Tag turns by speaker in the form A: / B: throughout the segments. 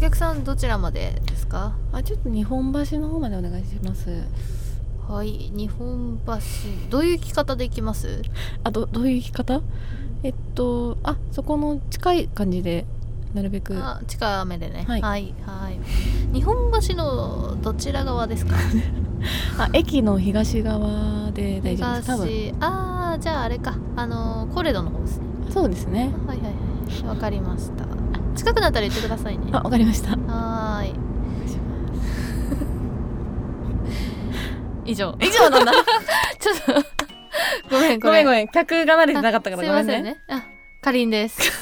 A: 客さんどちらまでですか
B: あちょっと日本橋の方までお願いします
A: はい日本橋どういう着方で行きます
B: あどどういう行き方えっとあそこの近い感じでなるべく
A: あ近めでねは
B: はいい
A: はい日本橋のどちら側ですか
B: あ駅の東側で 大丈夫です多分
A: 東ああじゃああれかあのーコレドの方ですね
B: そうですね
A: はいはいはいわかりました近くなったら言ってくださいね
B: あわかりました
A: はーい 以上
B: 以上 なんだ
A: ちょっと ごめん
B: ごめんご
A: ん
B: めん客が慣れてなかったから
A: すい
B: ごめ
A: ま
B: ん
A: せん
B: ね
A: ねあかりんです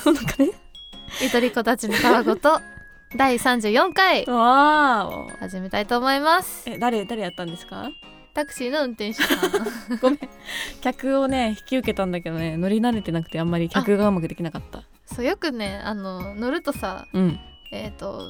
A: ゆとり子たちのたわごと第34回
B: わーお
A: 始めたいと思います
B: え誰誰やったんですか
A: タクシーの運転手さん
B: 客をね引き受けたんだけどね乗り慣れてなくてあんまり客がうまくできなかった
A: そうよくねあの乗るとさ
B: うん
A: えっ、と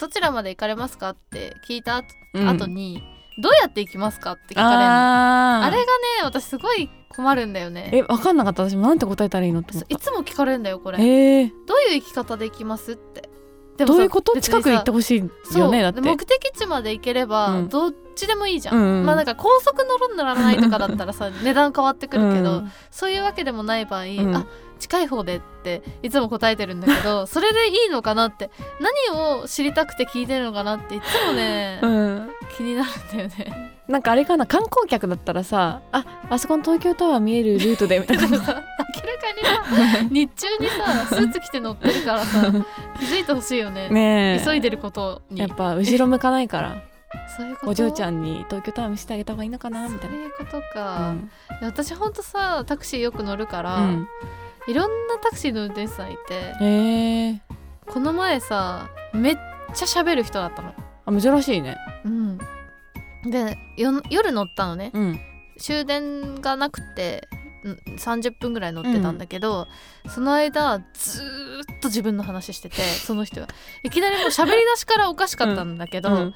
A: どちらまで行かれますかって聞いた後
B: うん
A: 後に、どうやって行きますかって聞かれるのあ
B: あー
A: れがね私すごい困るんだよね
B: え分かんなかった私もなんて答えたらいいのって思
A: そう
B: っ
A: い
B: た
A: つも聞かれるんだよこれ
B: えー、
A: どういう行き方で行きますってでもさ
B: どういうこと
A: 別にさ
B: 近く行ってほしいよねだっ
A: そ
B: て
A: う目的地まで行ければ、
B: うん
A: どっちでもいいじゃん、
B: うんうん
A: まあなんか高速乗るんならないとかだったらさ値段変わってくるけど、
B: うん
A: そういうわけでもない場合、
B: ん
A: あ近い方でっていつも答えてるんだけ どそれでいいのかなって何を知りたくて聞いてるのかなっていつもね、
B: うん
A: 気になるんだよね。
B: なんかあれかな観光客だったらさああそこの東京タワー見えるルートでみたい
A: だから
B: な
A: さ明らかにさ日中にさスーツ着て乗ってるからさ気づいてほしいよね
B: ねえ
A: 急いでることに
B: やっぱ後ろ向かない から
A: そういうこと
B: お嬢ち
A: ん
B: ゃんに東京タワー見せてあげた方がいいのかなみたい
A: そう
B: な。
A: いうこと
B: う
A: か、
B: ん
A: いや私ほんとさタクシーよく乗るから、
B: うん
A: いろんなタクシーの運転手さんいて
B: へえ
A: この前さめっちゃ喋る人だったの。
B: あ珍しいね。
A: うん、でよ夜乗ったのね
B: うん
A: 終電がなくてん30分ぐらい乗ってたんだけど、その間ずーっと自分の話しててその人はいきなりもう喋り出しからおかしかったんだけど、
B: うん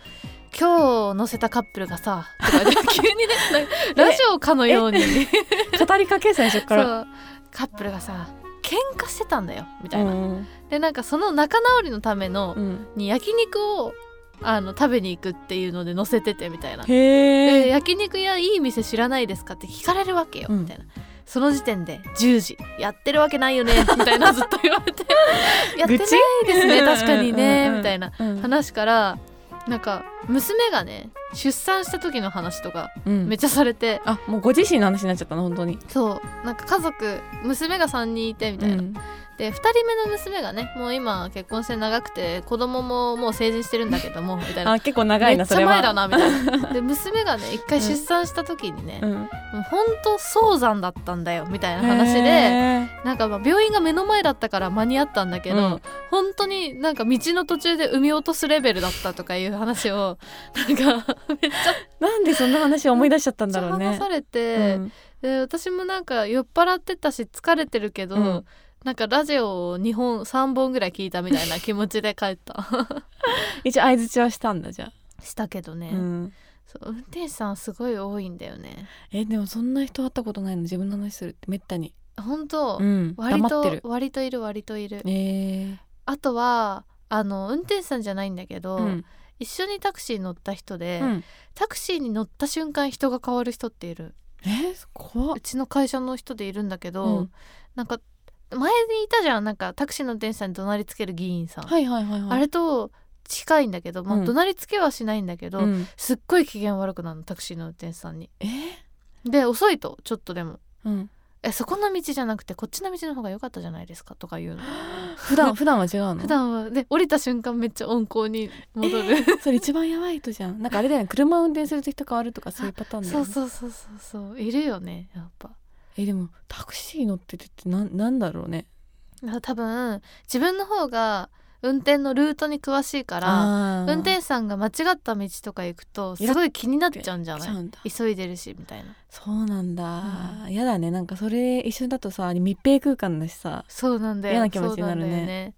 A: 今日乗せたカップルがさとか言って急にねなんかラジオかのように
B: 語りかけ最初から。
A: そうカップルがさ喧嘩してたんだよみたいな、
B: うん
A: でなんかその仲直りのための、
B: うん
A: に焼肉をあの食べに行くっていうので乗せててみたいなで
B: へえ。
A: 焼肉屋いい店知らないですかって聞かれるわけよ、
B: うん
A: みたいなその時点で10時やってるわけない よねみたいなずっと言われてやってないですね
B: うん
A: 確かにね
B: うん
A: みたいな
B: うん
A: 話からなんか娘がね出産した時の話とか
B: うん
A: めっちゃされて、
B: あもうご自身の話になっちゃったの本当に。
A: そうなんか家族娘が3人いてみたいな、
B: うん
A: で2人目の娘がねもう今結婚して長くて子供ももう成人してるんだけどもみたいな
B: あ結構長い
A: め
B: な
A: っち
B: そ
A: ゃ
B: れは。
A: 前だなみたいなで娘がね一回出産した時にね、
B: うん。
A: もうほんと早産だったんだよみたいな話で
B: へー
A: なんかまあ病院が目の前だったから間に合ったんだけど、
B: うん
A: 本当になんか道の途中で産み落とすレベルだったとかいう話を なんかめっちゃ
B: なんでそんな話を思い出しちゃったん
A: めっち
B: だ
A: ゃ
B: ろうね。
A: 話されて、
B: うん
A: で私もなんか酔っ払ってたし疲れてるけど、
B: うん
A: なんかラジオを2本3本ぐらい聞いたみたいな気持ちで帰った
B: 一応相槌は したんだじゃあ。
A: したけどね、
B: うん
A: そう運転手さんすごい多いんだよね
B: えでもそんな人会ったことないの自分の話するってめったに。
A: 本当、
B: うん。
A: 割
B: 黙って
A: と
B: る。
A: 割といる割といる
B: え
A: あとはあの運転手さんじゃないんだけど、
B: ー。うん。
A: 一緒にタクシーに乗った人で、
B: うん
A: タクシーに乗った瞬間人が変わる人っている
B: えー怖っ
A: う。ちの会社の人でいるんだけど、
B: うん
A: なんか前にいたじゃんなんかタクシーの運転手さんに怒鳴りつける議員さん、
B: はいはいはいはい。
A: あれと近いんだけど、まあ
B: うん
A: 怒鳴りつけはしないんだけど、
B: うん
A: すっごい機嫌悪くなるのタクシーの運転手さんに。
B: えー
A: で遅いとちょっとでも
B: うん。
A: 「えそこの道じゃなくてこっちの道の方が良かったじゃないですか」とか 言うの。
B: 普段普段は違うの。
A: 普段はで降りた瞬間めっちゃ温厚に戻る、
B: えーそれ一番やばい人じゃん。なんかあれだよね車を運転すると人変わるとかそういうパターンだ
A: そ
B: よ
A: う
B: ね。
A: そうそうそうそういるよねやっぱ
B: えーでもタクシー乗っててってなんなんだろうね。
A: だから多分自分の方が運転のルートに詳しいから
B: あー
A: 運転手さんが間違った道とか行くと
B: イラ
A: すごい気になっちゃうんじゃ
B: 来
A: な
B: ちゃ
A: い
B: うんだ。
A: 急いでるしみたいな
B: そうなんだ、やだねなんかそれ一緒だとさ密閉空間だしさ
A: そうなんだよ
B: 嫌な気持ちになるね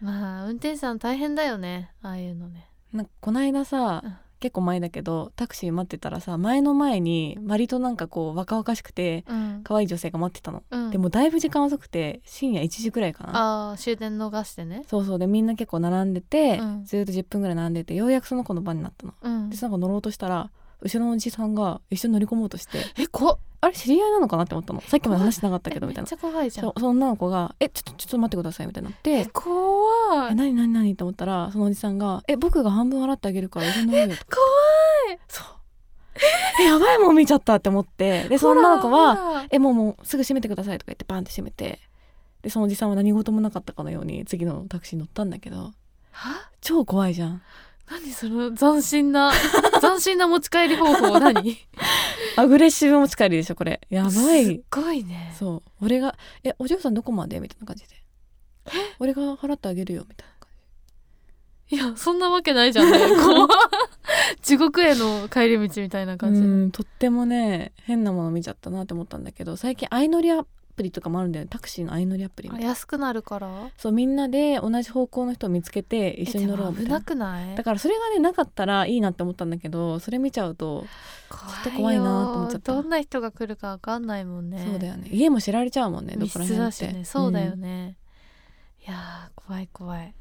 A: そうなんだよまあ運転手さん大変だよねああいうのね
B: なんかこの間さ、
A: うん
B: 結構前だけどタクシー待ってたらさ前の前に割となんかこう若々しくて
A: うん
B: 可愛い女性が待ってたの、
A: うん
B: でもだいぶ時間遅くて深夜1時ぐらいかな
A: ああ終電逃してね
B: そうそうでみんな結構並んでて、
A: うん
B: ずーっと10分ぐらい並んでてようやくその子の番になったの
A: うん
B: でその子乗ろうとしたら後ろのおじさんが一緒に乗り込もうとして
A: え怖っ
B: あれ知り合いなのかなって思ったのさっきまで話してなかったけど
A: え
B: みた いな
A: めっちゃ怖いじゃ
B: そ
A: ん
B: うその女の子が「えちょっとちょっと待ってください」みたいになって
A: え怖
B: え
A: い
B: 何何何って思ったらそのおじさんが「え僕が半分払ってあげるから一緒に飲むよ」とかそう えやばいもん見ちゃったって思ってでその女の子は
A: は
B: 「えもうもうすぐ閉めてください」とか言ってバンって閉めてでそのおじさんは何事もなかったかのように次のタクシーに乗ったんだけど
A: は
B: 超怖いじゃん
A: 何その斬新な 斬新な持ち帰り方法何
B: アグレッシブ持ち帰りでしょこれやば
A: す っ
B: い
A: ごいね
B: そう俺が「えお嬢さんどこまで?」みたいな感じで「俺が払ってあげるよ」みたいな感じ
A: いやそんなわけないじゃんね怖っ 地獄への帰り道みたいな感じ、
B: うんとってもね変なもの見ちゃったなって思ったんだけど最近相乗りアプリとかもあるんだよねタクシーの相乗りアプリみ
A: あ
B: たいな
A: 安くなるから
B: そうみんなで同じ方向の人を見つけて一緒に乗ろう
A: えでも
B: み
A: 危
B: たい
A: な
B: な
A: くない
B: だからそれがねなかったらいいなって思ったんだけどそれ見ちゃうと、ちょっと怖いなと思っちゃった
A: どんな人が来るかわかんないもんね
B: そうだよね家も知られちゃうもんねど
A: 密
B: こら
A: 室
B: 辺
A: だ
B: っ、
A: してねそうだよね、いやー怖い怖い、
B: うん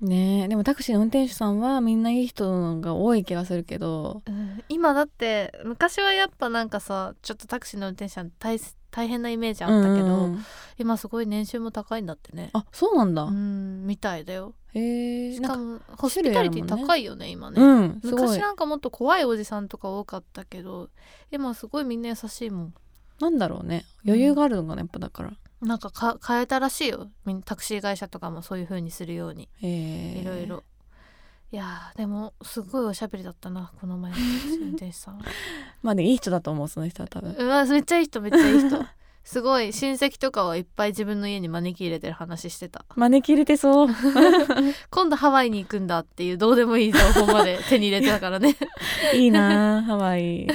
B: ねでもタクシーの運転手さんはみんないい人が多い気がするけど
A: うん、今だって昔はやっぱなんかさちょっとタクシーの運転手さん大す大変なイメージあったけど、
B: うんうんうん
A: 今すごい年収も高いんだってね
B: あそうなんだ、
A: うんみたいだよ
B: へえ
A: し
B: なん
A: か
B: か
A: もホスピタリティ高いよね今ね、
B: うんすご
A: 昔
B: い
A: なんかもっと怖いおじさんとか多かったけど今すごいみんな優しいもん
B: なんだろうね余裕があるのかなやっぱだから
A: なんかか変えたらしいよみんタクシー会社とかもそういう風にするように
B: へえ
A: いろいろいやーでもすごいおしゃべりだったなこの前の運転手さ ん
B: まあねいい人だと思うその人は多分
A: うわめっちゃいい人めっちゃいい人すごい親戚とかをいっぱい自分の家に招き入れてる話してた
B: 招き入れてそう
A: 今度ハワイに行くんだっていうどうでもいい情報まで手に入れてたからね
B: いいなあハワイ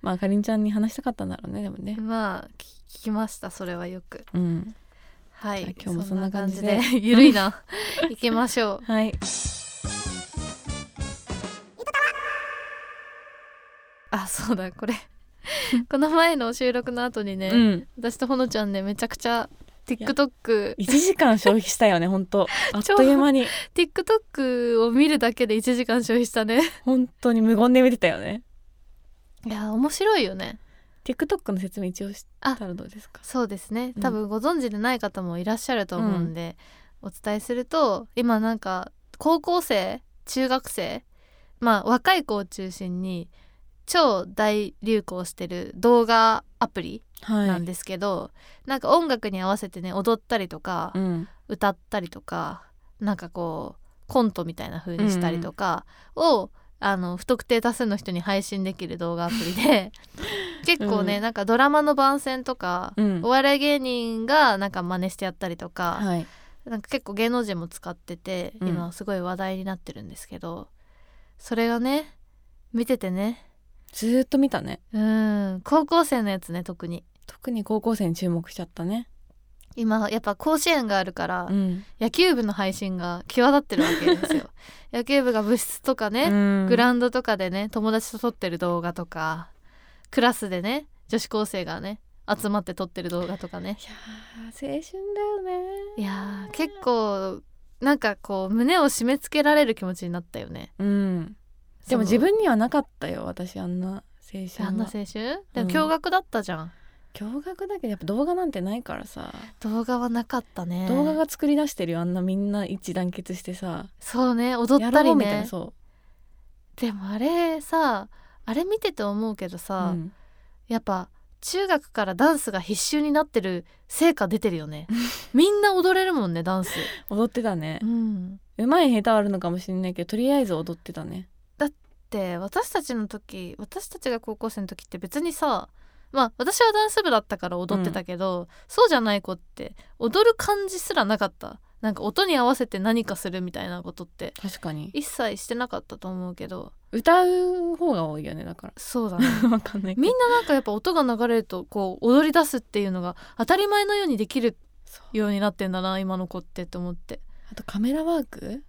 B: まあかりんちゃんに話したかったんだろうねでもね
A: まあ聞聞きましたそれはよく
B: うん
A: は
B: じゃあ
A: い
B: 今日もそんな感じで
A: そんな感じ でゆるいな行きましょう
B: はい
A: あそうだ これこの前の収録の後にね、
B: うん
A: 私とほのちゃんねめちゃくちゃ TikTok
B: 1時間消費したよね本当あっという間に
A: TikTok を見るだけで1時間消費したね
B: 本当に無言で見てたよね
A: いや面白いよね
B: TikTok の説明一応したらどうですか
A: そうですね
B: うん
A: 多分ご存知でない方もいらっしゃると思うんで、お伝えすると今なんか高校生中学生まあ若い子を中心に超大流行してる動画アプリ
B: はい
A: なんですけど、なんか音楽に合わせてね踊ったりとか、
B: うん
A: 歌ったりとかなんかこうコントみたいな風にしたりとかを、あの不特定多数の人に配信できる動画アプリ で結構ね、
B: うん
A: なんかドラマの番宣とか、
B: うん
A: お笑い芸人がなんか真似してやったりとか、
B: はい
A: なんか結構芸能人も使ってて
B: うん
A: 今すごい話題になってるんですけど、それがね見ててね
B: ずーっと見たね
A: うん高校生のやつね特に
B: 特に高校生に注目しちゃったね
A: 今やっぱ甲子園があるから、
B: うん、
A: 野球部の配信が際立ってるわけです よ野球部が部室とかね、グ
B: グ
A: ラウンドとかでね友達と撮ってる動画とかクラスでね女子高生がね集まって撮ってる動画とかね
B: いやー青春だよね
A: いやー結構なんかこう胸を締め付けられる気持ちになったよね
B: うんでも
A: そ
B: 自
A: の
B: 分にはなかったよ私あんな青春
A: あんな
B: は
A: 青春でも驚愕だったじゃん、
B: 驚愕だけどやっぱ動画なんてないからさ、
A: 動画はなかったね
B: 動画が作り出してるよあんなみんな一致団結してさ
A: そうね踊っ
B: や
A: た
B: ろ
A: り
B: うみたいな
A: ね
B: そ
A: でもあれさあれ見てて思うけど
B: う、う
A: さ、
B: ん、
A: やっぱ中学からダンスが必修になってる成果出てるよ ねみんな踊れるもんねダンス、
B: 踊ってたね
A: うん、
B: うまい下手はあるのかもしれないけどとりあえず踊ってたね
A: で私たちの時私たちが高校生の時って別にさまあ私はダンス部だったから踊ってたけど、そうじゃない子って踊る感じすらなかったなんか音に合わせて何かするみたいなことって
B: 確かに
A: 一切してなかったと思うけど
B: 歌う方が多いよねだか
A: そうだね
B: ら わかんないけど
A: みんななんかやっぱ音が流れるとこう踊り出すっていうのが当たり前のようにできる
B: そう
A: ようになってんだな今の子ってと思って、
B: あとカメラワーク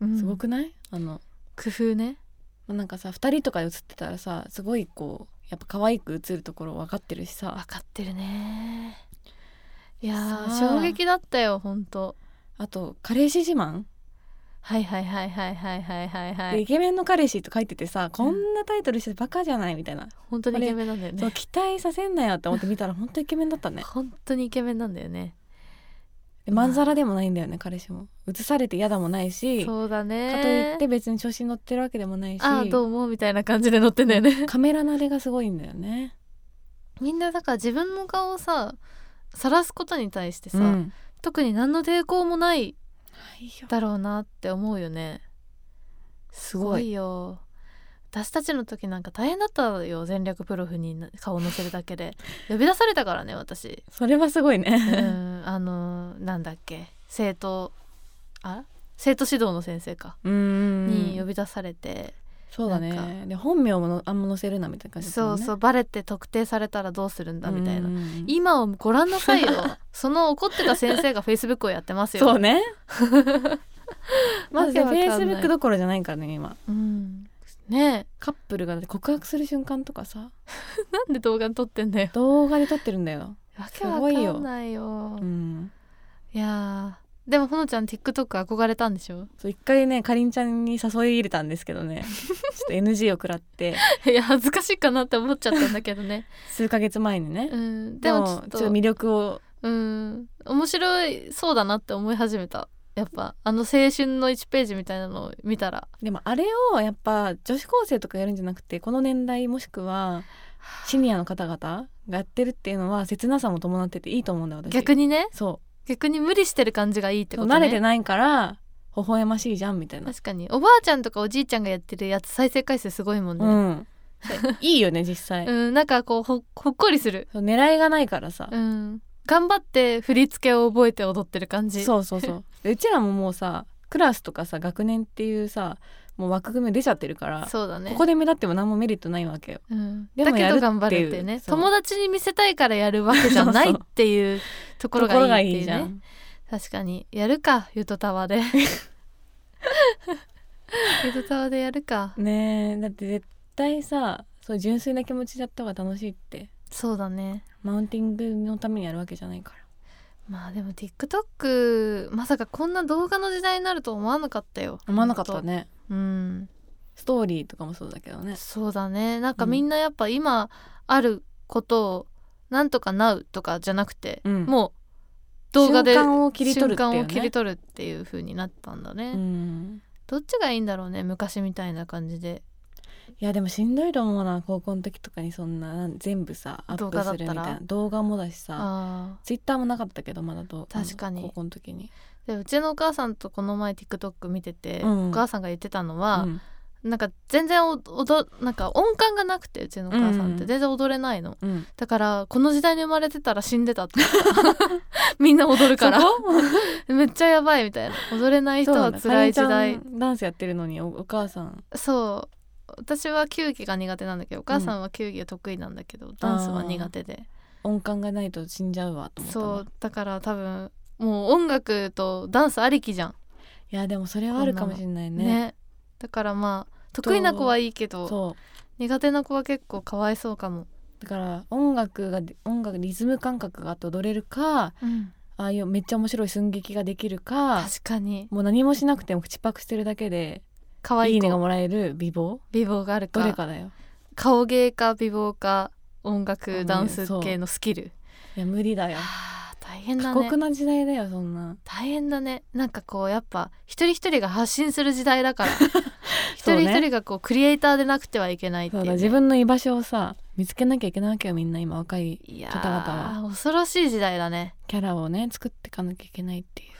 A: うん
B: すごくない、あの
A: 工夫ね
B: まあなんかさ2人とかで写ってたらさすごいこうやっぱ可愛く写るところ分かってるしさ
A: 分かってるねいやー
B: さあ
A: 衝撃だったよほんと
B: あと彼氏自慢、
A: はいはいはいはいはいはいはいは
B: でイ
A: い
B: ケメンの彼氏と書いててさこんなタイトルしてバカじゃないみたいな、
A: 本当にイケメンなんだよ
B: そう
A: ね
B: 期待させんなよって思って見たら本当イケメンだったね
A: 本当にイケメンなんだよね
B: でまんざらでもないんだよね彼氏も写されて嫌だもないしか
A: そうだ
B: と
A: ね
B: いって別に調子に乗ってるわけでもないし
A: ああどうもみたいな感じで乗ってんだよね
B: カメラ慣れがすごいんだよね
A: みんなだから自分の顔をさ晒すことに対してさ、
B: うん
A: 特に何の抵抗もない
B: ないよ
A: だろうなって思うよねすご
B: ごい
A: いよ私たちの時なんか大変だったよ全力プロフに顔を載せるだけ で呼び出されたからね私
B: それはすごいね
A: う、んあのなんだっけ生徒あ生徒指導の先生か
B: うーん
A: に呼び出されて、
B: そうだ
A: なん
B: ねで本名ものあんま載せるなみたいな感じだった
A: そ
B: もん
A: う
B: ね
A: そうバレて特定されたらどうするんだみたいな
B: うんうんうん
A: 今をご覧なさい よその怒ってた先生がフェイスブックをやってますよ
B: そ うねまずフ
A: わけ
B: ェイ
A: わか
B: ス
A: ん
B: ブ
A: ない
B: ックどころじゃないからね今
A: うんね
B: カップルがだって告白する瞬間とかさ
A: えなんで動画撮ってんだよ
B: 動画で撮ってるんだよ、
A: わけわかんないよ
B: うん、
A: いやーでもほのちゃん TikTok 憧れたんでしょ
B: そう一回ねかりんちゃんに誘い入れたんですけどねちょっと NG を食らって
A: いや恥ずかしいかなって思っちゃったんだけどね
B: 数ヶ月前に ね、
A: うん
B: で
A: で
B: も
A: も
B: ち
A: ち
B: ょ
A: ょ
B: っ
A: っ
B: と
A: と
B: 魅力を
A: うん面白いそうだなって思い始めたやっぱあの青春の1ページみたいなのを見たら
B: でもあれをやっぱ女子高生とかやるんじゃなくてこの年代もしくはシニアの方々がやってるっていうのは切なさも伴ってていいと思うんだよ私
A: 逆にね
B: そ
A: 逆に無理してる感じがいいって
B: う、
A: ことね
B: 慣れてないから微笑ましいじゃんみたいな、
A: 確かにおばあちゃんとかおじいちゃんがやってるやつ再生回数すごいもんね、
B: うんいいよね実際、
A: うん、なんかこうほほっこりする、
B: そう狙いがないからさ、
A: うん、頑張って振り付けを覚えて踊ってる感じう
B: そうそうそうで うちらももうさクラスとかさ学年っていうさもう枠組み出ちゃってるから、
A: そうだね
B: ここで目立っても何もメリットないわけよ
A: うん、
B: でも
A: だけ
B: やるって
A: ど
B: いう
A: 頑張るっていうね
B: そう
A: 友達に見せたいからやるわけじゃないっていうところ
B: ところ
A: が
B: が
A: いいって
B: い
A: い
B: いうじ
A: ね
B: ゃん
A: 確かにやるかゆとたわ でゆとたわでやるか
B: ねえだって絶対さそう純粋な気持ちだった方が楽しいって
A: そうだね
B: マウンティングのためにやるわけじゃないから
A: まあでも TikTok まさかこんな動画の時代になると思わなかったよ
B: 思わなかったね
A: うん
B: ストーリーとかもそうだけどね
A: そうだねなんか
B: うん
A: みんなやっぱ今あることをなんとかなうとかじゃなくて、
B: うん
A: もう動画で
B: 瞬間を切り取るっていう、ね、
A: 瞬間を切り取るっていう風になったんだね、
B: うん
A: どっちがいいんだろうね昔みたいな感じで
B: いやでもしんどいと思うな高校の時とかにそんななん全部さアッ
A: 動
B: プ
A: 画だ
B: す
A: っ
B: るみ
A: たら
B: たいな動画もだしさ
A: あ
B: ツイッターもなかったけどまだと
A: 確かに
B: 高校の時に、
A: ーでうちのお母さんとこの前 TikTok 見てて、
B: うん
A: お母さんが言ってたの
B: う
A: は、
B: ん
A: なんか全然おどなんか音感がなくてうちのお母さんっ
B: う
A: て
B: ん
A: 全然踊れないの、
B: うん、
A: だからこの時代に生まれてたら死んでたって言ってた みんな踊るから
B: そこ
A: めっちゃやばいみたいな踊れない人は辛い時代
B: かりんちゃんダンスやってるのにおお母さん
A: そう私は球技が苦手なんだけどお母さんは球技が得意なんだけど、ダンスは苦手で
B: 音感がないと死んじゃうわと思ったの
A: そうだから多分もう音楽とダンスありきじゃん
B: いやでもそれはあるかもしれない
A: ね
B: ね
A: だからまあ得意な子はいいけど
B: そう
A: 苦手な子は結構かわいそうかも、
B: だから音楽が音楽リズム感覚があって踊れるかああいうめっちゃ面白い寸劇ができるか
A: 確かに
B: もう何もしなくても口パクしてるだけで
A: かわ
B: い
A: い
B: い
A: い
B: ねが
A: 子
B: もらえる美貌
A: 美貌がある
B: ど
A: か
B: れかだよ
A: 顔芸か美貌か音
B: あ
A: 楽
B: ね
A: ダンス系のスキル、
B: いや無理だよ
A: あー大変だ
B: 過
A: ね
B: 酷な時代だよそんな
A: 大変だねなんかこうやっぱ一人一人が発信する時代 だから一
B: そう
A: 人
B: ね
A: 一人がこうクリエイターでなくてはいけないってい,、
B: そうう
A: ね
B: だ自分の居場所をさ見つけなきゃいけないわけよみんな今若い
A: いや
B: 方々
A: ー恐ろしい時代だね
B: キャラをね作っていかなきゃいけないっていう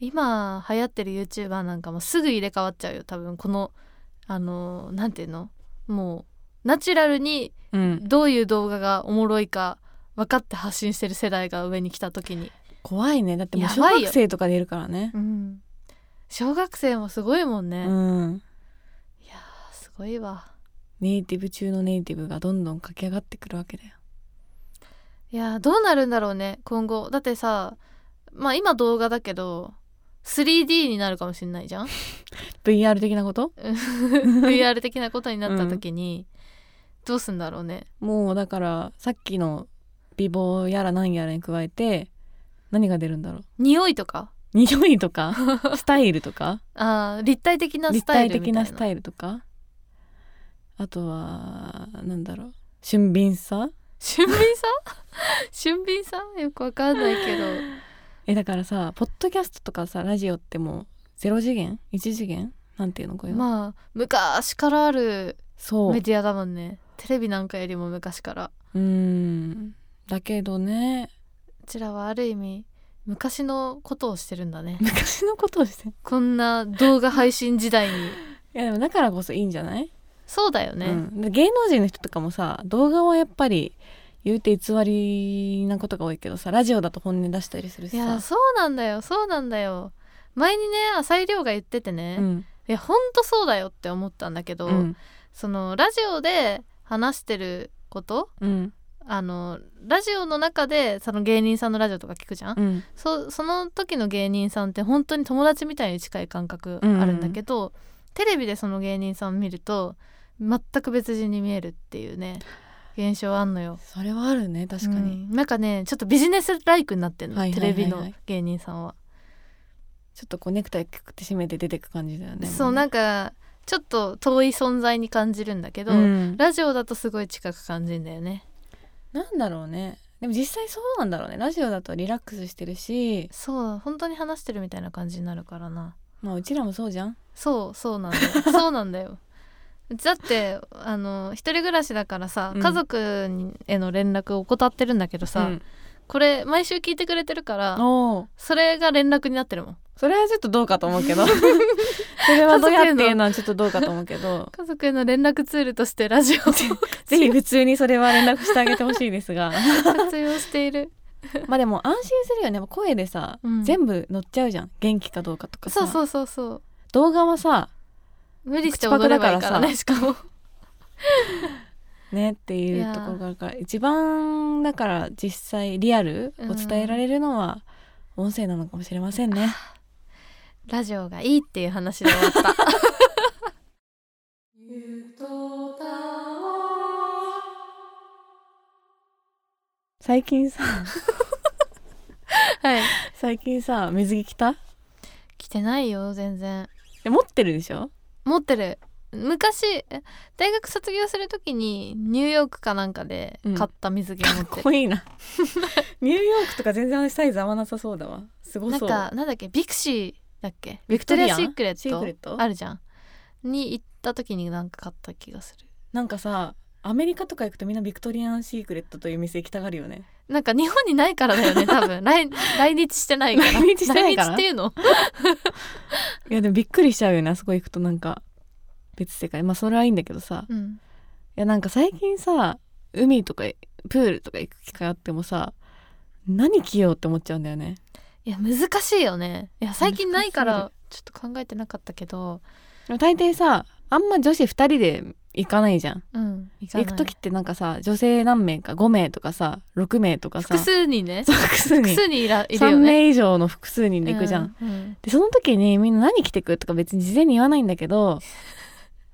A: 今流行ってる YouTuber なんかもすぐ入れ替わっちゃうよ多分このあのーなんていうのもうナチュラルに
B: うん
A: どういう動画がおもろいか分かって発信してる世代が上に来た時に、
B: 怖いねだってもう
A: や
B: 小
A: ばいよ
B: 学生とかでいるからね
A: うん小学生もすごいもん
B: う
A: ね、
B: ん
A: いやーすごいわ
B: ネイティブ中のネイティブがどんどん駆け上がってくるわけだよ
A: いやーどうなるんだろうね今後だってさまあ今動画だけど 3D になるかもしれないじゃん
B: VR 的なこと
A: VR 的なことになった時に、どうすんだろうね
B: もうだからさっきの美貌やら何やらに加えて何が出るんだろう
A: 匂いとか
B: 匂い とかスタイルとか
A: あー立体的なス
B: 立
A: タイ
B: 体
A: ルみた
B: 的
A: いな
B: なスタイルとかあとはなんだろう俊敏さ
A: 俊敏さ俊敏さよくわかんないけど
B: えだからさポッドキャストとかさラジオってもう0次元1次元なんていうのこれは、
A: まあ昔からある
B: そう
A: メディアだもんねテレビなんかよりも昔から
B: うーんだけどね
A: こちらはある意味昔のことをしてるんだね
B: 昔のことをしてい
A: こんな動画配信時代に
B: やでもだからこそいいんじゃない、
A: そうだよね、
B: うん、で芸能人の人とかもさ動画はやっぱり言うて偽りなことが多いけどさラジオだと本音出したりする
A: い
B: し
A: や
B: さ
A: そうなんだよそうなんだよ前にね浅井亮が言っててね、
B: うん
A: いやほんとそうだよって思ったんだけど、
B: うん
A: そのラジオで話してること
B: うん
A: あのラジオの中でその芸人さんのラジオとか聞くじゃん、
B: うん
A: そその時の芸人さんって本当に友達みたいに近い感覚あるんだけど、テレビでその芸人さん見ると全く別人に見えるっていうね現象あんのよ
B: それはあるね確かに、
A: うんなんかねちょっとビジネスライクになってんの、
B: はいはいはいはい
A: テレビの芸人さんは、
B: ちょっとこうネクタイくくって締めて出てく感じだよね
A: そうなんかちょっと遠い存在に感じるんだけど、
B: うん
A: ラジオだとすごい近く感じるんだよね
B: なんだろうねでも実際そうなんだろうねラジオだとリラックスしてるし
A: そう本当に話してるみたいな感じになるからな
B: まあうちらもそうじゃん
A: そうそうなんだよそうなんだよだってあの一人暮らしだからさ、
B: うん
A: 家族にへの連絡を怠ってるんだけどさ、
B: うん
A: これ毎週聞いてくれてるから
B: おー
A: それが連絡になってるもん
B: それはちょっとどうかと思うけどそれはどうやっていうのはちょっとどうかと思うけど
A: 家族への連絡ツールとしてラジオを
B: ぜひ普通にそれは連絡してあげてほしいですが
A: 活用している
B: まあでも安心するよねやっぱ声でさ、
A: うん
B: 全部乗っちゃうじゃん元気かどうかとかさ
A: そうそうそうそう
B: 動画はさ
A: 無理して踊ればいいからねしか も
B: ねっていうところがあるから一番だから実際リアルを伝えられるのは音声なのかもしれませんね、
A: ラジオがいいっていう話で終わった
B: 最近さ
A: はい
B: 最近さ水着着た
A: 来てないよ全然
B: え持ってるでしょ
A: 持ってる昔え大学卒業するときにニューヨークかなんかで買った水着持ってる、
B: いいな ニューヨークとか全然サイズ合わなさそうだわすご
A: なん
B: そう
A: かなんだっけビクシーだっけ
B: ビ
A: ビ
B: ク
A: ク
B: ト
A: ト
B: リ
A: リ
B: アン
A: アシークレ
B: シークレッ
A: ッ
B: ト
A: トあるじゃんに行った時になんか買った気がする
B: なんかさアメリカとか行くとみんなビクトリアンシークレットという店行きたがるよね
A: なんか日本にないからだよ ね多分来来日してないから
B: 来日してないから
A: 来日っていうの
B: いやでもびっくりしちゃうよねあそこ行くとなんか別世界まあそれはいいんだけどさい
A: うん
B: やなんか最近さ海とかプールとか行く機会あってもさ何着ようって思っちゃうんだよね
A: いや難しいよねいや最近ないか
B: 難
A: らちょっと考えてなかったけど
B: でも大抵さあんま女子2人で行かないじゃん
A: うん行かな
B: 行
A: い
B: く時ってなんかさ女性何名か5名とかさ6名とかさ
A: 複数にね
B: そう複数
A: 複
B: に
A: 数にいらいる
B: 3
A: よね
B: 名以上の複数人で行くじゃん、
A: うんうん
B: でその時にみんな何着てくとか別に事前に言わないんだ けど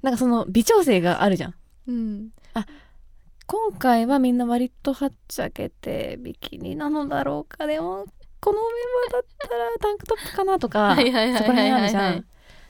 B: なんかその微調整があるじゃん
A: うん
B: 今回はみんな割とはっちゃけてビキニなのだろうかでもこのメンバーだったらタンクトップかなとか
A: は
B: そこ
A: いはいはいはいはい
B: ら辺あるじゃん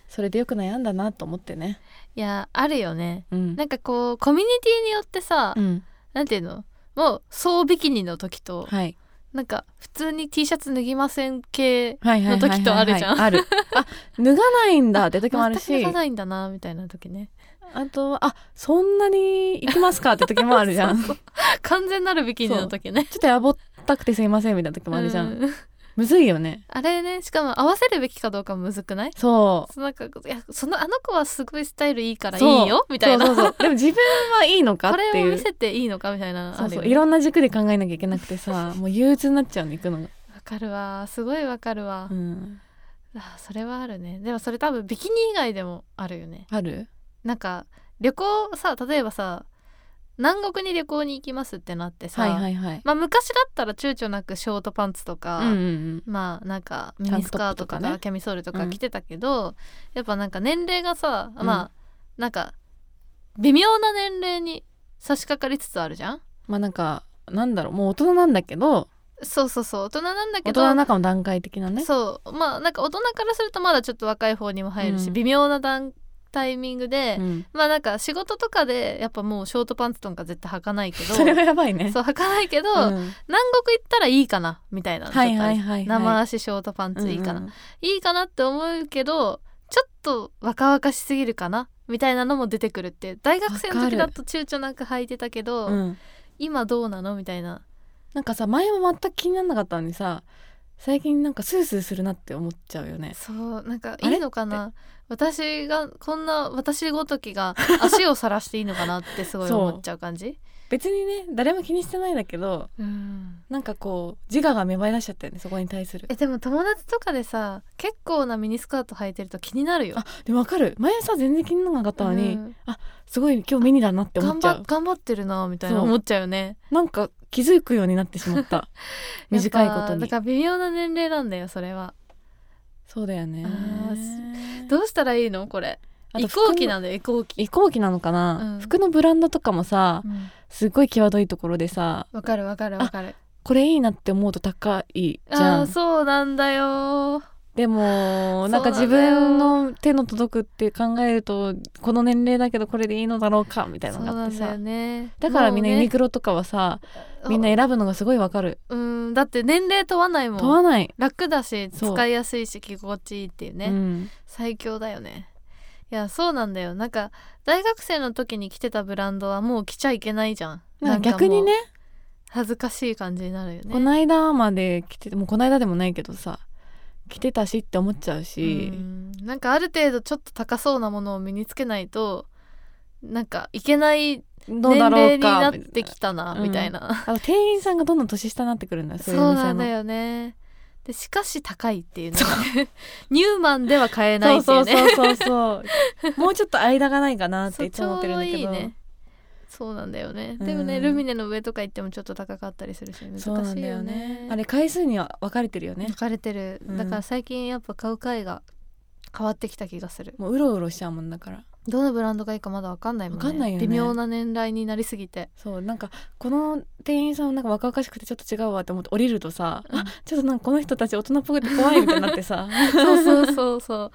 B: それでよく悩んだなと思ってね
A: いやあるよね
B: うん
A: なんかこうコミュニティによってさ、
B: うん
A: なんていうのもう総ビキニの時と、
B: はい
A: なんか普通に T シャツ脱ぎません系
B: はいはいはいはいはい
A: の時とあるじゃん
B: あるあ脱がないんだって時もあ
A: 全
B: る
A: く
B: し
A: 脱がないんだなみたいな時ね
B: あとはあそんなに行きますかって時もあるじ ゃんちょっ
A: 完全なるビキニの時ね
B: とやぼったくてすいませんみたいな時もあるじゃん、
A: うん
B: むずいよね
A: あれねしかも合わせるべきかどうかもむずくない
B: そ
A: そのなんかいやそのあの子はすごいスタイルいいから
B: う
A: いいよみたいな
B: そうそうそうでも自分はいいのかっ
A: こ
B: ていう
A: れを見せていいのかみたいなの
B: そ
A: あ
B: う
A: る
B: そ
A: よ
B: う
A: ね
B: いろんな軸で考えなきゃいけなく てさもう憂鬱になっちゃうの行くのが、
A: わかるわすごいわかるわ、
B: うん、
A: あそれはあるねでもそれ多分ビキニ以外でもあるよね
B: ある
A: なんか旅行さ例えばさ南国に旅行に行きますってなってさ、
B: はいはいはい、
A: まあ、昔だったら躊躇なくショートパンツとか、
B: うんうんうん、
A: まあなんかミニスカートとか
B: タンクトップとかね
A: キャミソールとか着てたけど、やっぱなんか年齢がさ、
B: うん
A: まあなんか微妙な年齢に差し掛かりつつあるじゃん
B: まあなんかなんだろうもう大人なんだけど
A: そうそうそう大人なんだ
B: 大
A: けど
B: 人の中の段階的なね
A: そうまあなんか大人からするとまだちょっと若い方にも入るし、
B: うん
A: 微妙な段タイミングで、
B: うん
A: まあなんか仕事とかでやっぱもうショートパンツとか絶対履かないけど
B: それはやばいね
A: そう履かないけど、
B: うん
A: 南国行ったらいいかなみたいなの
B: はいはい
A: ちょっとある
B: はいはい
A: 生足ショートパンツいいかな、
B: うんうん
A: いいかなって思うけどちょっと若々しすぎるかなみたいなのも出てくるって大学生の時だと躊躇なく履いてたけど、
B: うん
A: 今どうなのみたいな
B: なんかさ前は全く気にならなかったのにさ最近なんかスースーするなって思っちゃうよね
A: そうなんか
B: あ
A: い
B: れ
A: いのかな私がこんな私ごときが足を晒していいのかなってすごい
B: そう
A: 思っちゃう感じ
B: 別にね誰も気にしてないんだけど
A: うん
B: なんかこう自我が芽生え出しちゃったよねそこに対する
A: えでも友達とかでさ結構なミニスカート履いてると気になるよ
B: あでもわかる前はさ全然気にならなかったのに、
A: うん
B: すごい今日ミニだなって思っ
A: 頑
B: ちゃ
A: 張
B: う
A: 頑張ってるなみたいな
B: そう
A: 思っちゃうよね
B: なんか気づくようになってしまった 短いこ
A: やっ
B: と
A: ぱ
B: に
A: だから微妙な年齢なんだよそれは
B: そうだよね
A: あどうしたらいいのこれ
B: あと
A: 移
B: 服の
A: 行期なんだよ移行期
B: 移行期なのかな、
A: うん
B: 服のブランドとかもさ
A: うん
B: すっごい際どいところでさ
A: わかるわかるわかる
B: これいいなって思うと高いじ
A: あ
B: ゃ
A: あ
B: ん
A: そうなんだよ
B: でも
A: そうな
B: な
A: んん
B: か
A: だよ
B: 自分の手の届くって考えるとこの年齢だけどこれでいいのだろうかみたいな
A: そう
B: のがあ
A: な
B: って
A: んだ
B: さ
A: よ
B: だ,、
A: ね
B: からみん
A: もう
B: なユ
A: ね
B: ニクロとかはさ、みんな選ぶのがすごいわかる
A: うんだって年齢問わない
B: 問
A: もん
B: わない、
A: 楽だし
B: そう
A: 使いやすいし着心地いいっていうね、
B: うん
A: 最強だよねいやそうなんだよなんか大学生の時に着てたブランドはもう着ちゃいけないじゃん
B: な
A: な
B: んか
A: んかも
B: 逆
A: う
B: にね
A: 恥ずかしい感じになるよ
B: こ
A: ね
B: の間まで来ててもうこの間でもないけどさ来てたしって思っちゃうし
A: う、んなんかある程度ちょっと高そうなものを身につけないとなんかいけない
B: どう
A: 年
B: だろ
A: 齢
B: う
A: にな
B: か
A: ってきたな
B: うん
A: みたいな、
B: あの店員さんがどんどん年下になってくるんだよ
A: そ
B: そうういうお
A: な
B: 店
A: ん
B: の
A: だよねでしかし高いっていうね ニューマンでは買えないってい
B: そうう
A: ね
B: そうそうそうそ うもうちょっと間がないかなっ
A: そ
B: て
A: う
B: いつも思ってるんだけど
A: ちょうどいいねそうなんだよね
B: うん
A: でもねルミネの上とか行ってもちょっと高かったりするし難しい
B: そう
A: よ
B: な
A: ね
B: んだよねあ
A: れ
B: れ回数には分かれてるよね
A: 分かれてる、
B: うん
A: だから最近やっぱ買う回が変わってきた気がする
B: もううろうろしちゃうもんだから
A: どのブランドがいいかまだ分かんないもんね
B: わかんないよね
A: 微妙な年代になりすぎて
B: そうなんかこの店員さんはなんか若々しくてちょっと違うわって思って降りるとさ、あちょっとなんかこの人たち大人っぽくて怖いみたいになって さ
A: そうそうそうそう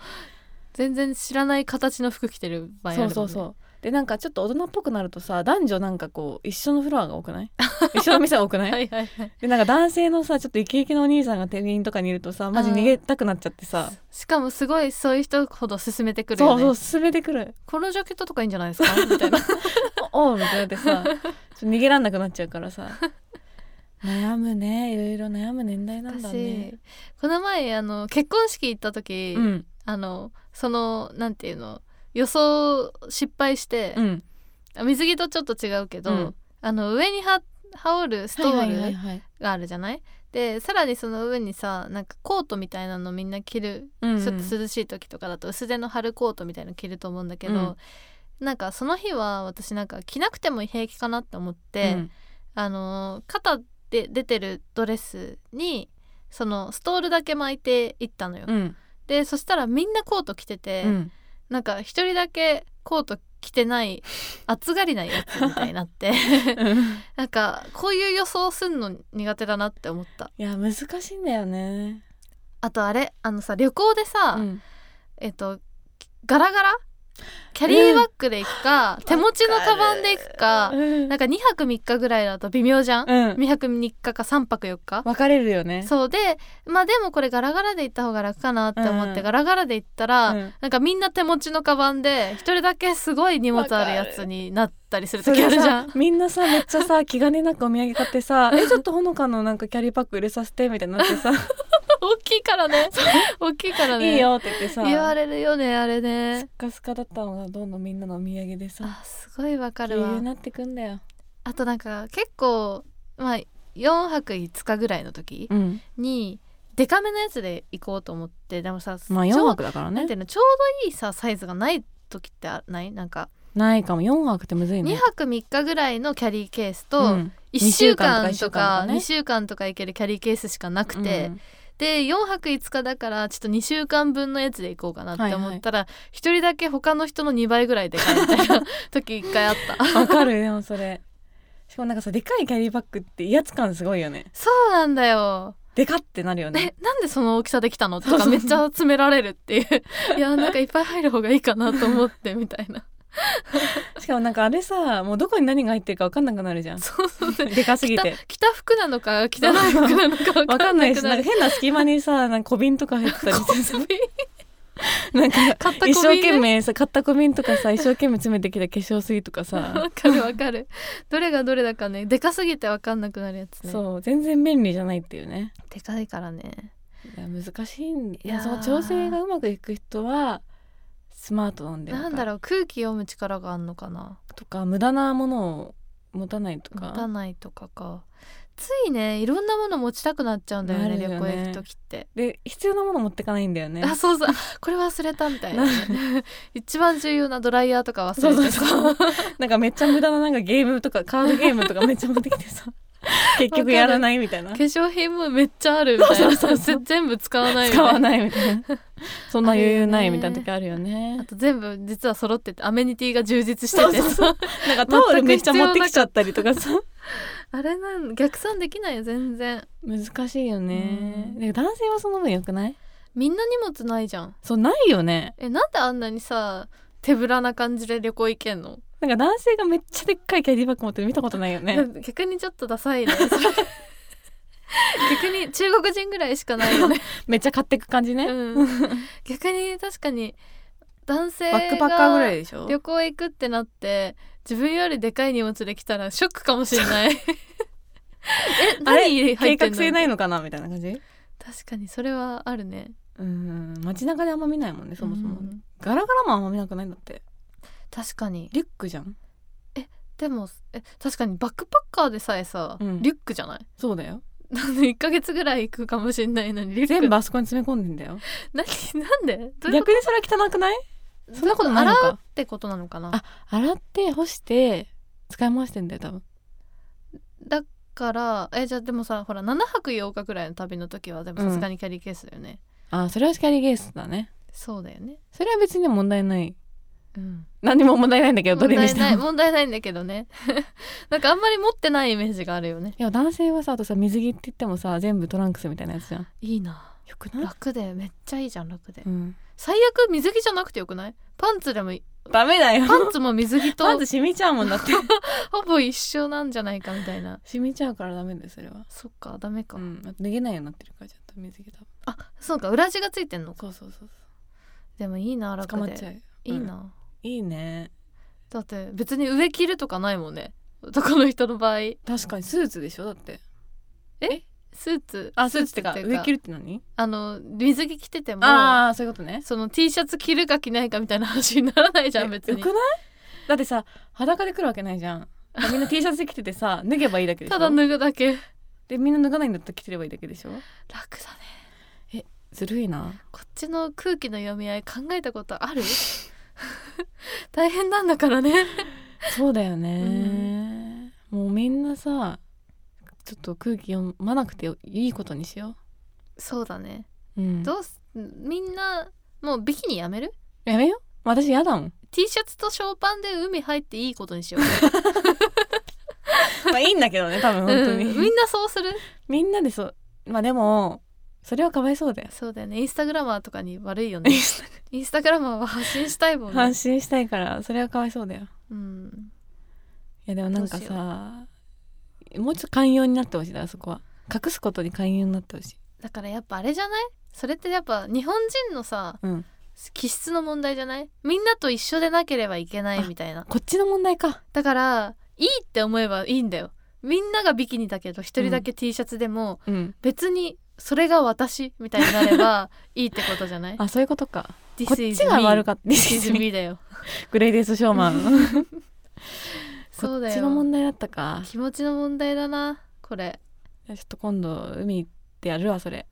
A: 全然知らない形の服着てる場合ある
B: そ
A: もん、
B: う
A: ね、
B: そうそうでなんかちょっと大人っぽくなるとさ男女なんかこう一緒のフロアが多くない 一緒の店が多くない、
A: はいはいはい
B: でなんか男性のさちょっとイケイケのお兄さんが店員とかにいるとさマジ逃げたくなっちゃってさ
A: しかもすごいそういう人ほど勧めてくるよ
B: そう
A: ね
B: そう進めてくる
A: このジャケットとかいいんじゃないですかみたいな
B: おおみたいになってさちょっと逃げらんなくなっちゃうからさ悩むねいろいろ悩む年代なんだね
A: 私この前あの結婚式行った時、
B: うん
A: あのそのなんていうの予想失敗して、
B: うん
A: 水着とちょっと違うけど、
B: うん
A: あの上には羽織るスト
B: はいはいは
A: ー
B: い
A: ル
B: はい
A: があるじゃない,、でさらにその上にさなんかコートみたいなのみんな着る、
B: うんうん
A: ちょっと涼しい時とかだと薄手の春コートみたいなの着ると思うんだけど、
B: うん
A: なんかその日は私なんか着なくても平気かなって思って、
B: うん
A: あの肩で出てるドレスにそのストールだけ巻いていったのよ。
B: うん
A: でそしたらみんなコート着てて、
B: うん
A: なんか一人だけコート着てない暑がりないやつみたいになって なんかこういう予想すんの苦手だなって思った
B: いや難しいんだよね
A: あとあれあのさ旅行でさ、
B: うん
A: えっとガラガラキャリーバッグで行くか、手持ちのカバンで行くか
B: うん
A: なんか2泊3日ぐらいだと微妙じゃん、
B: うん
A: 2泊3日か3泊4日
B: 分かれるよね
A: そうでまあでもこれガラガラで行った方が楽かなって思って、
B: うん
A: ガラガラで行ったら、
B: うん
A: なんかみんな手持ちのカバンで一人だけすごい荷物あるやつになったりする
B: そ
A: 時あ
B: れ
A: るじゃ
B: さ
A: ん。
B: みんなさめっちゃさ気兼ねなくお土産買ってさ「えちょっとほのかのなんかキャリーパック入れさせて」みたいになってさ「
A: 大きいからね。大きいからね。
B: いいよ」って言ってさ
A: 言われるよねあれ
B: ス
A: ね
B: ッ。カスカだったのがどんどんみんなのお土産でさ
A: あすごいわか
B: 余
A: るわ
B: 裕に。なってくんだよ。
A: あとなんか結構まあ4泊5日ぐらいの時
B: うん、
A: にデカめのやつで行こうと思ってでもさ、
B: まあ
A: ちょ
B: 4枠だから
A: なんて
B: ね
A: いうのちょうどいいさサイズがない時ってあないなんか
B: ないかも4泊ってむずい
A: 2
B: ね
A: 泊3日ぐらいのキャリーケース
B: う
A: と
B: ん
A: 1週間
B: 二週間
A: と
B: とか
A: か
B: ね
A: 2週間とかいけるキャリーケースしかなくて、
B: うん
A: で4泊5日だからちょっと2週間分のやつで行こうかなって思ったら1人だけ他の人の2倍ぐらいでかいみた いな時1回あった
B: わかるでもそれしかもなんかさでかいキャリーバッグって威圧感すごいよね
A: そうなんだよ
B: でかってなるよね
A: えなんでその大きさできたのと
B: そう
A: か
B: そう
A: めっちゃ詰められるっていういやなんかいっぱい入る方がいいかなと思ってみたいな
B: しかもなんかあれさもうどこに何が入ってるかわかんなくなるじゃん
A: そうそうで
B: でかすぎて
A: 着た服なのか着てない服なのか
B: わ
A: わ
B: か
A: か
B: ん
A: ん
B: な
A: ないく
B: し
A: な
B: なん
A: る
B: か変な隙間にさなんか小瓶とか入ってたり してさ
A: 小瓶
B: なんか
A: 買った
B: 一生
A: 小瓶
B: 懸
A: ね
B: 命さ買った小瓶とかさ一生懸命詰めてきた化粧水とかさ
A: わかるわかるどれがどれだかねでかすぎてわかんなくなるやつね
B: そう全然便利じゃないっていうね
A: でかいからね
B: いや難しいんい
A: いや
B: や
A: ー
B: その調整がうまくいく人はスマートなんだよ
A: なんだろう空気読む力があんのかな
B: とか無駄なものを持たないと
A: 持
B: か
A: たないとかかついねいろんなもの持ちたくなっちゃうんだよね
B: なるよね
A: 旅行行く時って、
B: で必要なもの持ってかないんだよね
A: あそうそうあこれ忘れたみたいな一番重要なドライヤーとか忘れて
B: そうそ
A: さ
B: うそう なんかめっちゃ無駄ななんかゲームとかカードゲームとかめっちゃ持ってき てさ結局やらないみたいな
A: 化粧品もめっちゃあるみたいな
B: そうそうそうそう
A: ぜ 全部使わないみたい
B: 使
A: な
B: わないみたいなそんな余裕ないみたいな時あるよ
A: あ
B: ね
A: と全部実は揃っててアメニティが充実して
B: そう
A: て
B: そう
A: さ
B: そうなんかタオルめっちゃ持ってきちゃったりとかさ
A: あれなん逆算できないよ全然
B: 難しいよね
A: うん
B: で男性はその分よくない
A: みんな荷物ないじゃん
B: そうないよね
A: えなんであんなにさ手ぶらな感じで旅行行けんの
B: なんか男性がめっちゃでっかいキャディバッグ持ってるの見たことないよね。
A: 逆にちょっとダサいねそれ 逆に中国人ぐらいしかない よね、
B: めっちゃ買ってく感じね。
A: うん、逆に確かに男性
B: バックパッカーぐらい
A: が
B: でしょ
A: 旅行行くってなって自分よりでかい荷物で来たらショックかもしれ ない え
B: あ
A: 何
B: れ
A: 入
B: 計
A: ってん
B: 画
A: の
B: 性ないのかなみたいな感じ
A: 確かにそれはあるね
B: うん街中であんま見ないもんねそもそも、
A: うん
B: ガラガラもあんま見なくないんだって
A: 確かに
B: リュックじゃん
A: でもえ確かにバックパッカーでさえさ、
B: うん
A: リュックじゃない
B: そうだよ
A: なんで1ヶ月ぐらい行くかもしれないのにリュック
B: 全部あそこに詰め込んでんだよ
A: 何なんでどういうこ
B: 逆にそれは汚くない
A: と
B: そんなことないの
A: 洗う
B: か
A: ってことなのかな
B: あ洗って干して使い回してんだよ多分
A: だからえじゃあでもさほら7泊8日ぐらいの旅の時はでも
B: うん
A: さすがにキャリーケースだよね、
B: あそれはキャリーゲースだね
A: そうだよね
B: それは別に問題ない
A: うん
B: 何にも問題ないんだけどど
A: 問
B: れにし
A: 題
B: て
A: な
B: も
A: い問題ないんだけどね なんかあんまり持ってないイメージがあるよね
B: いや男性はさあとさ水着って言ってもさ全部トランクスみたいなやつじゃん
A: いいな
B: よくない、
A: 楽でめっちゃいいじゃん楽で、
B: うん、
A: 最悪水着じゃなくてよくないパンツでも いい
B: ダメだよ
A: パンツも水着と
B: パンツ染みちゃうもんだって
A: ほぼ一緒なんじゃないかみたいな
B: 染みちゃうからダメだよそれは
A: そっかダメか、
B: うんあと脱げないようになってるからちゃんと水着多分
A: あそうか裏地がついてんのか
B: そうそうそう
A: でもいいな楽で
B: 捕まっちゃうよ
A: いいな、
B: いいね
A: だって別に上着るとかないもんね男の人の場合
B: 確かにスーツでしょだって
A: スーツ
B: あスーツってか
A: て
B: 上着るって何
A: あの水着着てても
B: ああそういうことね
A: その T シャツ着るか着ないかみたいな話にならないじゃん
B: え
A: 別
B: よ
A: に
B: くないだってさ裸で来るわけないじゃんみんな T シャツで着てて さ脱げばいいだけでしょ
A: ただ脱ぐだけ
B: でみんな脱がないんだったら着てればいいだけでしょ
A: 楽だね
B: ずるいな
A: こっちの空気の読み合い考えたことある 大変なんだからね
B: そうだよね、
A: う
B: もうみんなさちょっと空気読まなくていいことにしよ
A: そうだね
B: う、うん、
A: どうすみんなもうビキニやめる
B: やめよう私やだもん
A: T シャツとショーパンで海入っていいことにしよ
B: まあいいんだけどね多分
A: う
B: 本当に、
A: うん みんなそうする
B: みんなでそうまあでもそれはかわいそうだよ
A: そうだよねインスタグラマーとかに悪いよねインスタグラマーは発信したいもんね
B: 安、心したいからそれはかわいそうだよい
A: うん、
B: やでもなんか
A: どうし
B: さもうちょっと寛容になってほしいだからそこは隠すことに寛容になってほしい
A: だからやっぱあれじゃないそれってやっぱ日本人のさ
B: うん
A: 気質の問題じゃないみんなと一緒でなければいけないみたいな
B: こっちの問題か
A: だからいいって思えばいいんだよみんながビキニだけど一人だけ T シャツでも
B: うん
A: 別にそれが私みたいになれ ばいいってことじゃない
B: あそういうことかこ
A: This
B: っ
A: is
B: ちが悪
A: me
B: かった This
A: This
B: is
A: is
B: me
A: me だよ
B: グレイデスショーマン
A: そうだ
B: こっち
A: よ
B: の問題だったか
A: 気持ちの問題だなこれ
B: ちょっと今度海行ってやるわそれ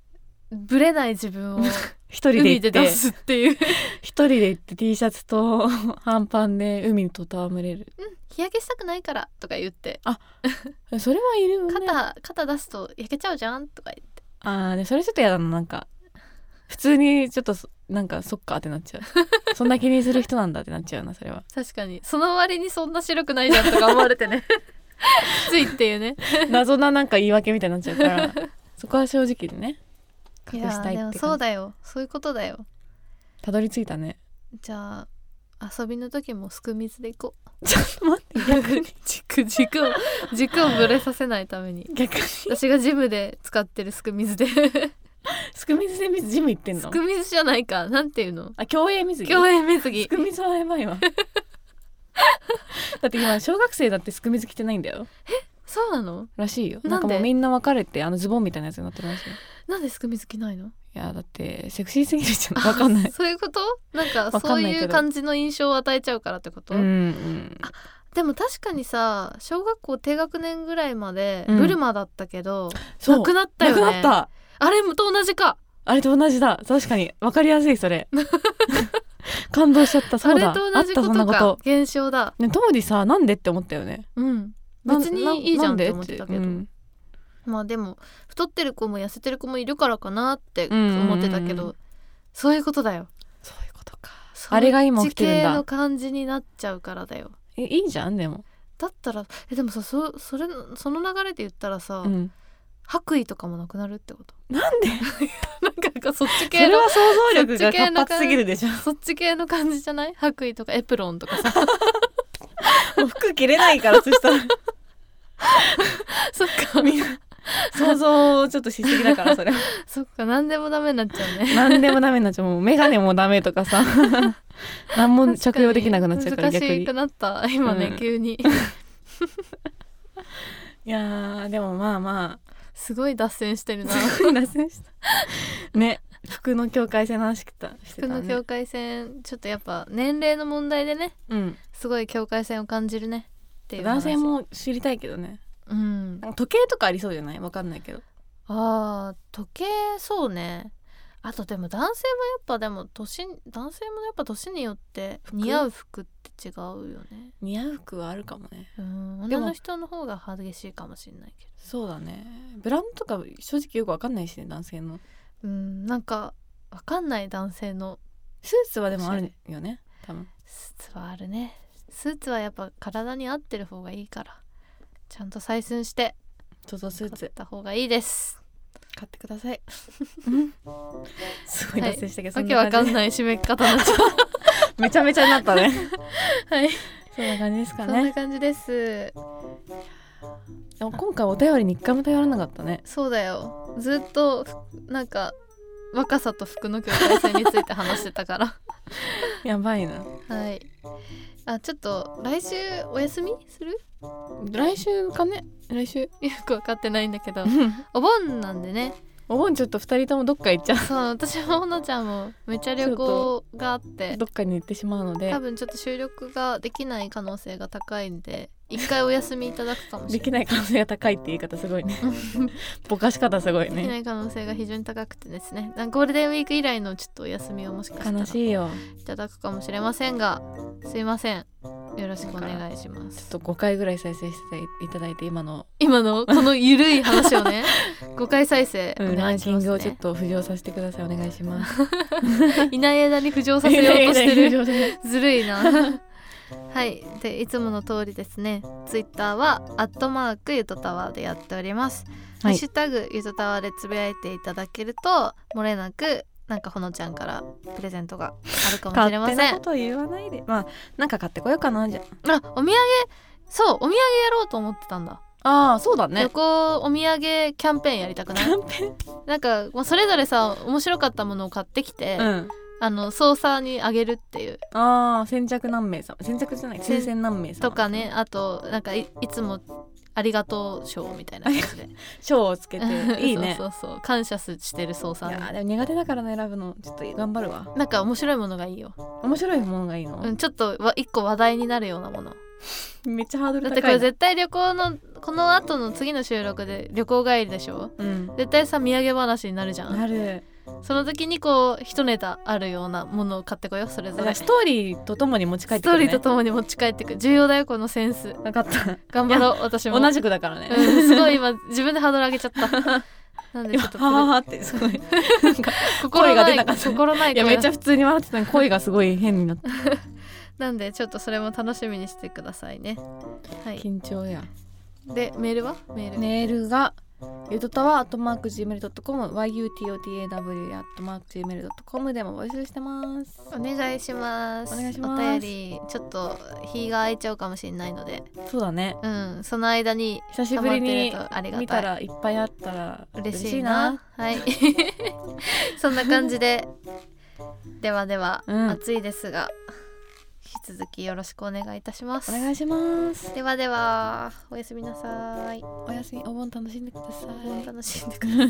A: ぶれない自分を
B: 一人で
A: 海
B: 行っ
A: で
B: て
A: 出すっていう
B: 一人で行って T シャツと 半パンで海と戯れる
A: 日焼けしたくないからとか言って
B: それはいるね
A: 肩肩出すと焼けちゃうじゃんとか言って
B: あーねそれちょっとやだななんか普通にちょっとそなんかそっかってなっちゃうそんな気にする人なんだってなっちゃうなそれは
A: 確かにその割にそんな白くないじゃんとか思われてねき ついっていうね
B: 謎ななんか言い訳みたいになっちゃうからそこは正直にね隠したい
A: やー
B: っ
A: で
B: て
A: もそ
B: 感
A: う
B: じ
A: だよそういうことだよ
B: たどり着いたね
A: じゃあ遊びの時もすく水で行こう
B: ちょっと待って逆に
A: 軸軸 を軸をぶれさせないために
B: 逆に
A: 私がジムで使ってるすく水で
B: すくみずでジム行ってん
A: す
B: の
A: く水じゃないかなんていうの
B: あ競泳水着
A: 競泳水着
B: すくみずはやばいわだって今小学生だってすくみず着てないんだよ
A: そうなの
B: らしい
A: な
B: よ
A: んで
B: なんかもうみんな別れてあのズボンみたいなやつになってるらしいよ
A: なんですく水着ないの
B: いやだってセクシーすぎるじゃんわかんない
A: そういうことなんか
B: わ
A: そ
B: か
A: うん
B: ないけど
A: いう感じの印象を与えちゃうからってこと、
B: うんうん
A: でも確かにさ小学校低学年ぐらいまで
B: うん
A: ブルマだったけど、
B: そう
A: なくなったよね
B: なくなった
A: あれもと同じか
B: あれと同じだ確かにわかりやすい それ感動しちゃったそ
A: あ
B: う
A: れ
B: だ
A: と同じ
B: あった
A: こ
B: そんな
A: と
B: こ
A: か
B: と
A: 現象だ
B: ねトモディさなんでって思ったよね
A: うん
B: な
A: 別にいいじゃんって思ってたけど、
B: ななんでって
A: まあでも太ってる子も痩せてる子もいるからかなって
B: うんうんうん
A: 思ってたけど、そういうことだよ
B: うんそういうことか
A: そ
B: あれが今起きてるんだ
A: っち系の感じになっちゃうからだよ
B: えいいじゃんでも、
A: だったらえでもさそそれのその流れで言ったらさ、
B: うん、
A: 白衣とかもなくなるってこと
B: なんで
A: なんかなんかそっち
B: そ
A: 系
B: れ
A: の
B: は想像力
A: そっ
B: が
A: ち系
B: 活
A: の
B: 発すぎるでしょ
A: そっち系の感じじゃない白衣とかエプロンとか さ
B: もう服着れないからそしたら
A: そっか
B: みんな想像をちょっとしすぎだか らそれ
A: そっか何でもダメになっちゃうね
B: 何でもダメになっちゃうもう眼鏡もダメとか さ何も着用できなくなっちゃうから
A: 確
B: 逆
A: に難
B: に
A: しくなった今ね、
B: うん
A: 急 に
B: いやーでもまあます
A: ごい脱線してる
B: あ
A: な
B: すごい脱線したね服の境界線の話してたし
A: 服
B: てたね
A: の境界線ちょっとやっぱ年齢の問題でね
B: うん
A: すごい境界線を感じるねっていう話
B: 男性も知りたいけどね
A: うん
B: なんか時計とかありそうじゃないわかんないけど
A: あー時計そうねあとでも男性はやっぱでも年男性もやっぱ年によって似合う服って違うよね
B: 似合う服はあるかもね
A: うん
B: で
A: 女
B: も
A: の人の方が激しいかもしれないけ
B: そうだねブランドとか正直よくわかんないしね男性の
A: どうんなんかわかんない男性の
B: スーツはでもあるよね多分
A: スーツはあるねスーツはやっぱ体に合ってる方がいいからちゃんと採寸して
B: トトスー
A: 買っ
B: ツ
A: た方がいいです
B: 買ってくださいすごい脱線したけど、
A: わけわかん
B: い
A: ない締め方になっちゃう
B: めちゃめちゃになったね
A: はい
B: そんな感じで
A: そ
B: すか
A: んな
B: ね
A: 感じです
B: でも今回お便りに一回も頼らなかったね
A: そうだよずっとなんか若さと服の境界線について話してたから
B: やばいな
A: はいあちょっと来週お休みする
B: 来週かね来週
A: よく分かってないんだけどお盆なんでね
B: お盆ちょっと二人ともどっか行っちゃ
A: そう私もほのちゃんもめっちゃ旅行があっ
B: う
A: て
B: どっかに行ってしまうので
A: 多分ちょっと収録ができない可能性が高いんで一回お休みいただくかもし
B: で
A: れない
B: きない可能性が高いって言い方すごいねぼかし方すごい
A: できな
B: ね
A: い可能性が非常に高くてですねなんかゴールデンウィーク以来のちょっとお休みをもしかしたら
B: 悲しいよ
A: いただくかもしれませんがすいませんよろしくお願いしま
B: ちょっ
A: す
B: と5回ぐらい再生していただいて今の、
A: 今のこのゆるい話を ね5回再生
B: うん
A: お
B: ラ
A: 願
B: ン
A: いし
B: キン
A: ます
B: グをちょっ
A: ね
B: と浮上させてくださいお願いします
A: いない間に浮上させよ うとしてるずるいな はいでいつもの通りですねツイッターはアットマークゆとたわでやっております、ハッシュタグゆとたわでつぶやいていただけると漏れなくなんかほのちゃんからプレゼントがあるかもしれま
B: 勝手
A: せ
B: なんこと言わないでまあなんか買ってこようかなじゃ
A: あお土産そうお土産やろうと思ってたんだ
B: ああーそうだね
A: 旅行お土産キャンペーンやりたくない
B: キャンペ
A: なんかもうそれぞれさ面白かったものを買ってきて、
B: ーンうん
A: あの操作にあげるっていう
B: ああ先着何名様先着じゃない
A: せん
B: 抽選何名様
A: とかねあとなんかいいつもありがとう賞みたいな感じで
B: 賞をつけていい ね
A: そうそうそう感謝してる操
B: い
A: 作
B: や
A: ね
B: ーでも苦手だからね選ぶのちょっと頑張るわ
A: なんか面白いものがいいよ、
B: 面白いものがいいの、
A: うん、ちょっとわ一個話題になるようなもの
B: めっちゃハード
A: だ
B: ル
A: っ
B: 高
A: て
B: い
A: これ絶対旅行のこの後の次の収録で旅行帰りでしょ
B: うん
A: 絶対さ土産話になるじゃん
B: なる
A: その時にこう一ネタあるようなものを買ってこようそれぞれ
B: ス
A: ス
B: トーリーとともに持ち帰って
A: トー
B: くる、
A: リ
B: ね、
A: ーとともに持ち帰ってく重要だよこのセンス
B: 分かった
A: 頑張ろう私も
B: 同じくだからね、
A: うん、すごい今自分でハードル上げちゃったなんでちょっと
B: はは
A: こ
B: はってすごい
A: れ心
B: 声が
A: な
B: 出
A: い
B: なかった
A: 心ない
B: いやめっちゃ
A: ゃ
B: 普通に笑ってたのに声がすごい変になった
A: なんでちょっとそれも楽しみにしてくださいねはい
B: 緊張や
A: でメールはメール、
B: メールがゆとたわアットマーク Gmail.com yutotaw アットマーク Gmail.com でも募集してます
A: お願いします
B: お願いします
A: お便りちょっと日が空いちゃうかもしれないので
B: そうだね
A: うんその間に
B: 久しぶりに
A: 溜まってるとありがたい
B: 見たらいっぱいあったら
A: 嬉しいなはい そんな感じでではでは、
B: うん
A: 暑いですが引き続きよろしくお願いいたします
B: お願いします
A: ではではおやすみなさい
B: おやすみお盆楽しんでくださ
A: お盆
B: い
A: 楽しんでください